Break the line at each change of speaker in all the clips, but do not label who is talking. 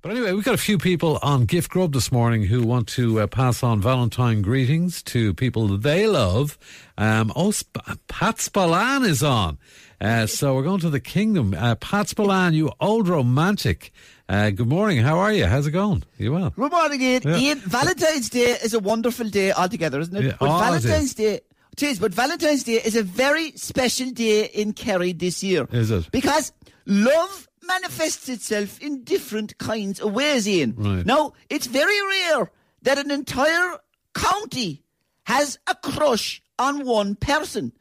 But anyway, we've got a few people on Gift Grub this morning who want to uh, pass on Valentine greetings to people that they love. Um, oh, Sp- Pat Spallan is on. Uh, so we're going to the kingdom. Uh, Pat Spallan, you old romantic. Uh, good morning. How are you? How's it going? You well?
Good morning, Ian.
Yeah.
Ian, Valentine's Day is a wonderful day altogether, isn't it?
Yeah,
But
oh, it
Valentine's
is.
Day. It is, but Valentine's Day is a very special day in Kerry this year.
Is it?
Because love manifests itself in different kinds of ways, Ian.
Right.
Now, it's very rare that an entire county has a crush on one person.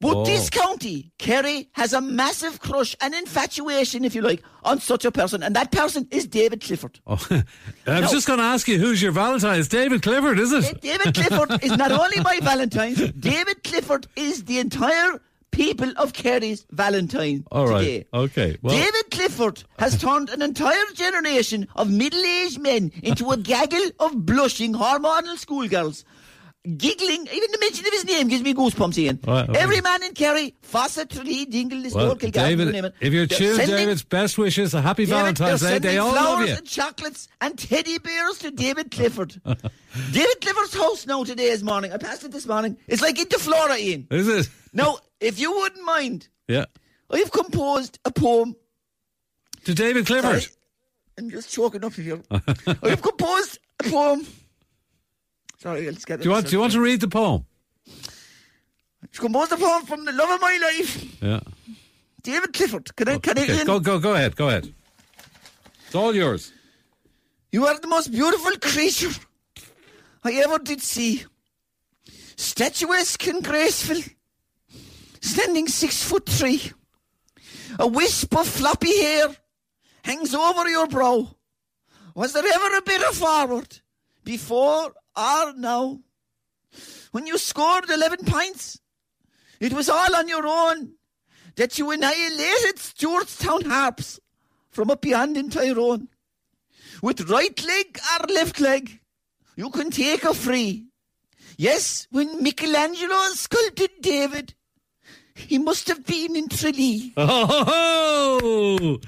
But
Oh.
this county, Kerry, has a massive crush, an infatuation, if you like, on such a person. And that person is David Clifford.
Oh, I was
No.
just going to ask you who's your Valentine. It's David Clifford, is it?
David Clifford is not only my Valentine's, David Clifford is the entire people of Kerry's Valentine
All right.
today.
Okay. Well,
David Clifford has turned an entire generation of middle aged men into a gaggle of blushing hormonal schoolgirls. Giggling, even the mention of his name gives me goosebumps, Ian.
All right, all
Every
right.
man in Kerry, Fawcett, Tralee, Dingle, Lismore,
well,
Kilgarvan, you name
David,
it.
if you're
They're
cheering
sending-
David's best wishes, a happy
David,
Valentine's
they're
Day. They
sending
all love
flowers
you.
and chocolates and teddy bears to David Clifford. David Clifford's house now today is morning. I passed it this morning. It's like into Flora, Ian.
Is it?
Now, if you wouldn't mind,
Yeah.
I've composed a poem.
To David Clifford.
Sorry, I'm just choking up here. I've composed a poem. Sorry, I'll just get
Do you want? Do you want to read the poem?
I've composed a poem from the love of my life,
Yeah.
David Clifford. Can I, can I,
Oh, Okay,
Ian?
go go go ahead. Go ahead. It's all yours.
You are the most beautiful creature I ever did see. Statuesque and graceful, standing six foot three. A wisp of floppy hair hangs over your brow. Was there ever a better forward before or now? When you scored 11 points, it was all on your own that you annihilated Stewartstown Harps from up beyond in Tyrone with right leg or left leg, you can take a free. Yes, when Michelangelo sculpted David, he must have been in Tralee.
Oh,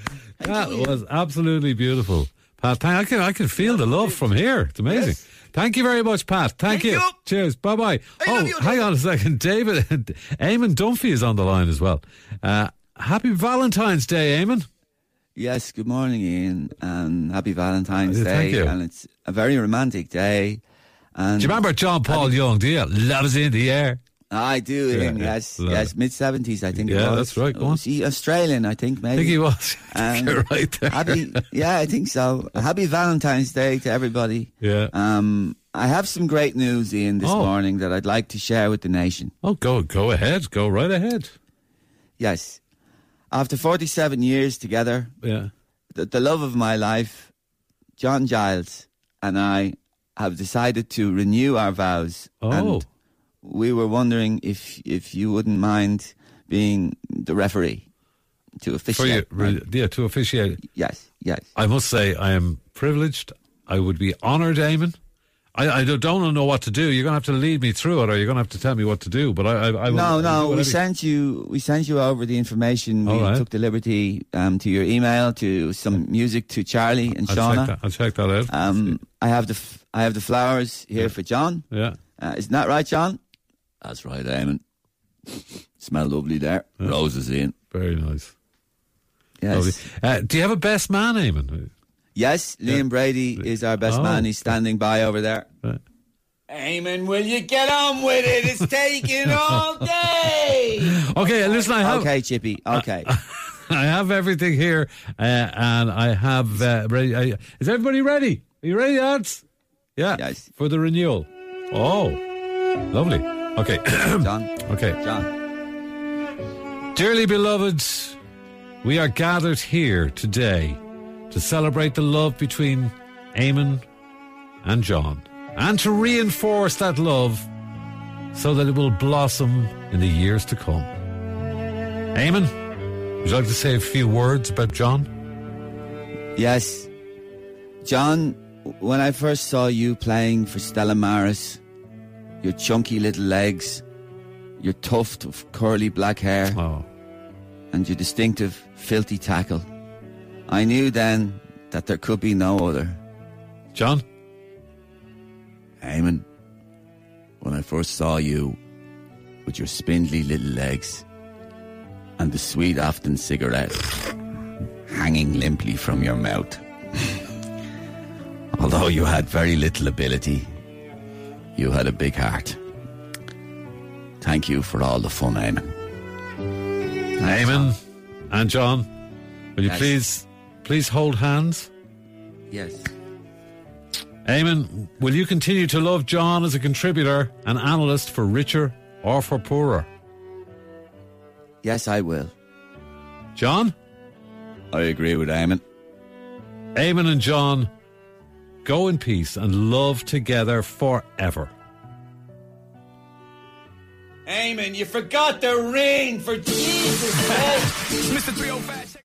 that
Thank you.
was absolutely beautiful, Pat. thank- I can I can feel the love from here. It's amazing.
Yes.
Thank you very much, Pat. Thank,
Thank you.
Cheers. Bye bye.
I
Oh,
love you,
hang on a second, David. Eamon Dunphy is on the line as well. Uh, happy Valentine's Day, Eamon.
Yes, good morning, Ian, and happy Valentine's
Yeah,
Day.
thank you.
And it's a very romantic day. And
Do you remember John Paul Young? Do you? Love's in the air.
I do,
Yeah,
Ian,
yeah,
yes,
love
yes, mid 70s, I think. it
Yeah,
was.
that's right, go on.
Was he Australian, I think, maybe.
I think he was. I think
Um,
you're right there.
happy, yeah, I think so. Happy Valentine's Day to everybody.
Yeah.
Um, I have some great news, Ian, this
Oh.
morning that I'd like to share with the nation.
Oh, go go ahead. Go right ahead.
Yes. After 47 years together,
Yeah.
the, the love of my life, John Giles, and I have decided to renew our vows.
Oh.
And we were wondering if if you wouldn't mind being the referee to
For you,
officiate.
re- yeah, to officiate.
Yes, yes.
I must say I am privileged. I would be honoured, Eamon. I, I don't- don't know what to do. You're going to have to lead me through it, or you're going to have to tell me what to do. But I, I, I will, I
No,
will do
no. We
whatever-
sent you. We sent you over the information.
All
we
right.
took the liberty um, to your email, to some music, to Charlie and
I'll
Shauna.
check that. I'll check that out.
Um, I have the f- I have the flowers here for John.
yeah.
Uh, isn't that right, John? That's right, Eamon. Smell lovely there. Roses in.
Very nice.
Yes.
Lovely. Uh, do you have a best man, Eamon?
Yes, Liam Brady is our best
Oh.
man. He's standing by over there.
Right.
Eamon, will you get on with it? It's taking all day.
Okay, uh, listen. I have
Okay, Chippy. Okay.
I have everything here, uh, and I have uh, ready. I, is everybody ready? Are you ready, lads? Yeah.
Yes.
For the renewal. Oh, lovely. Okay.
John.
okay.
John.
Dearly beloved, we are gathered here today to celebrate the love between Eamon and John and to reinforce that love so that it will blossom in the years to come. Eamon, would you like to say a few words about John?
Yes. John, when I first saw you playing for Stella Maris, your chunky little legs, your tuft of curly black hair,
Oh,
and your distinctive filthy tackle, I knew then
that there could be no other.
John?
Eamon, when I first saw you with your spindly little legs and the sweet Afton cigarette hanging limply from your mouth, although you had very little ability, you had a big heart. Thank you for all the fun, Eamon.
Eamon and John, will you
Yes.
please please hold hands?
Yes.
Eamon, will you continue to love John as a contributor and analyst for richer or for poorer?
Yes, I will.
John?
I agree with Eamon.
Eamon and John, go in peace and love together forever.
Eamon, you forgot the ring for Jesus' sake.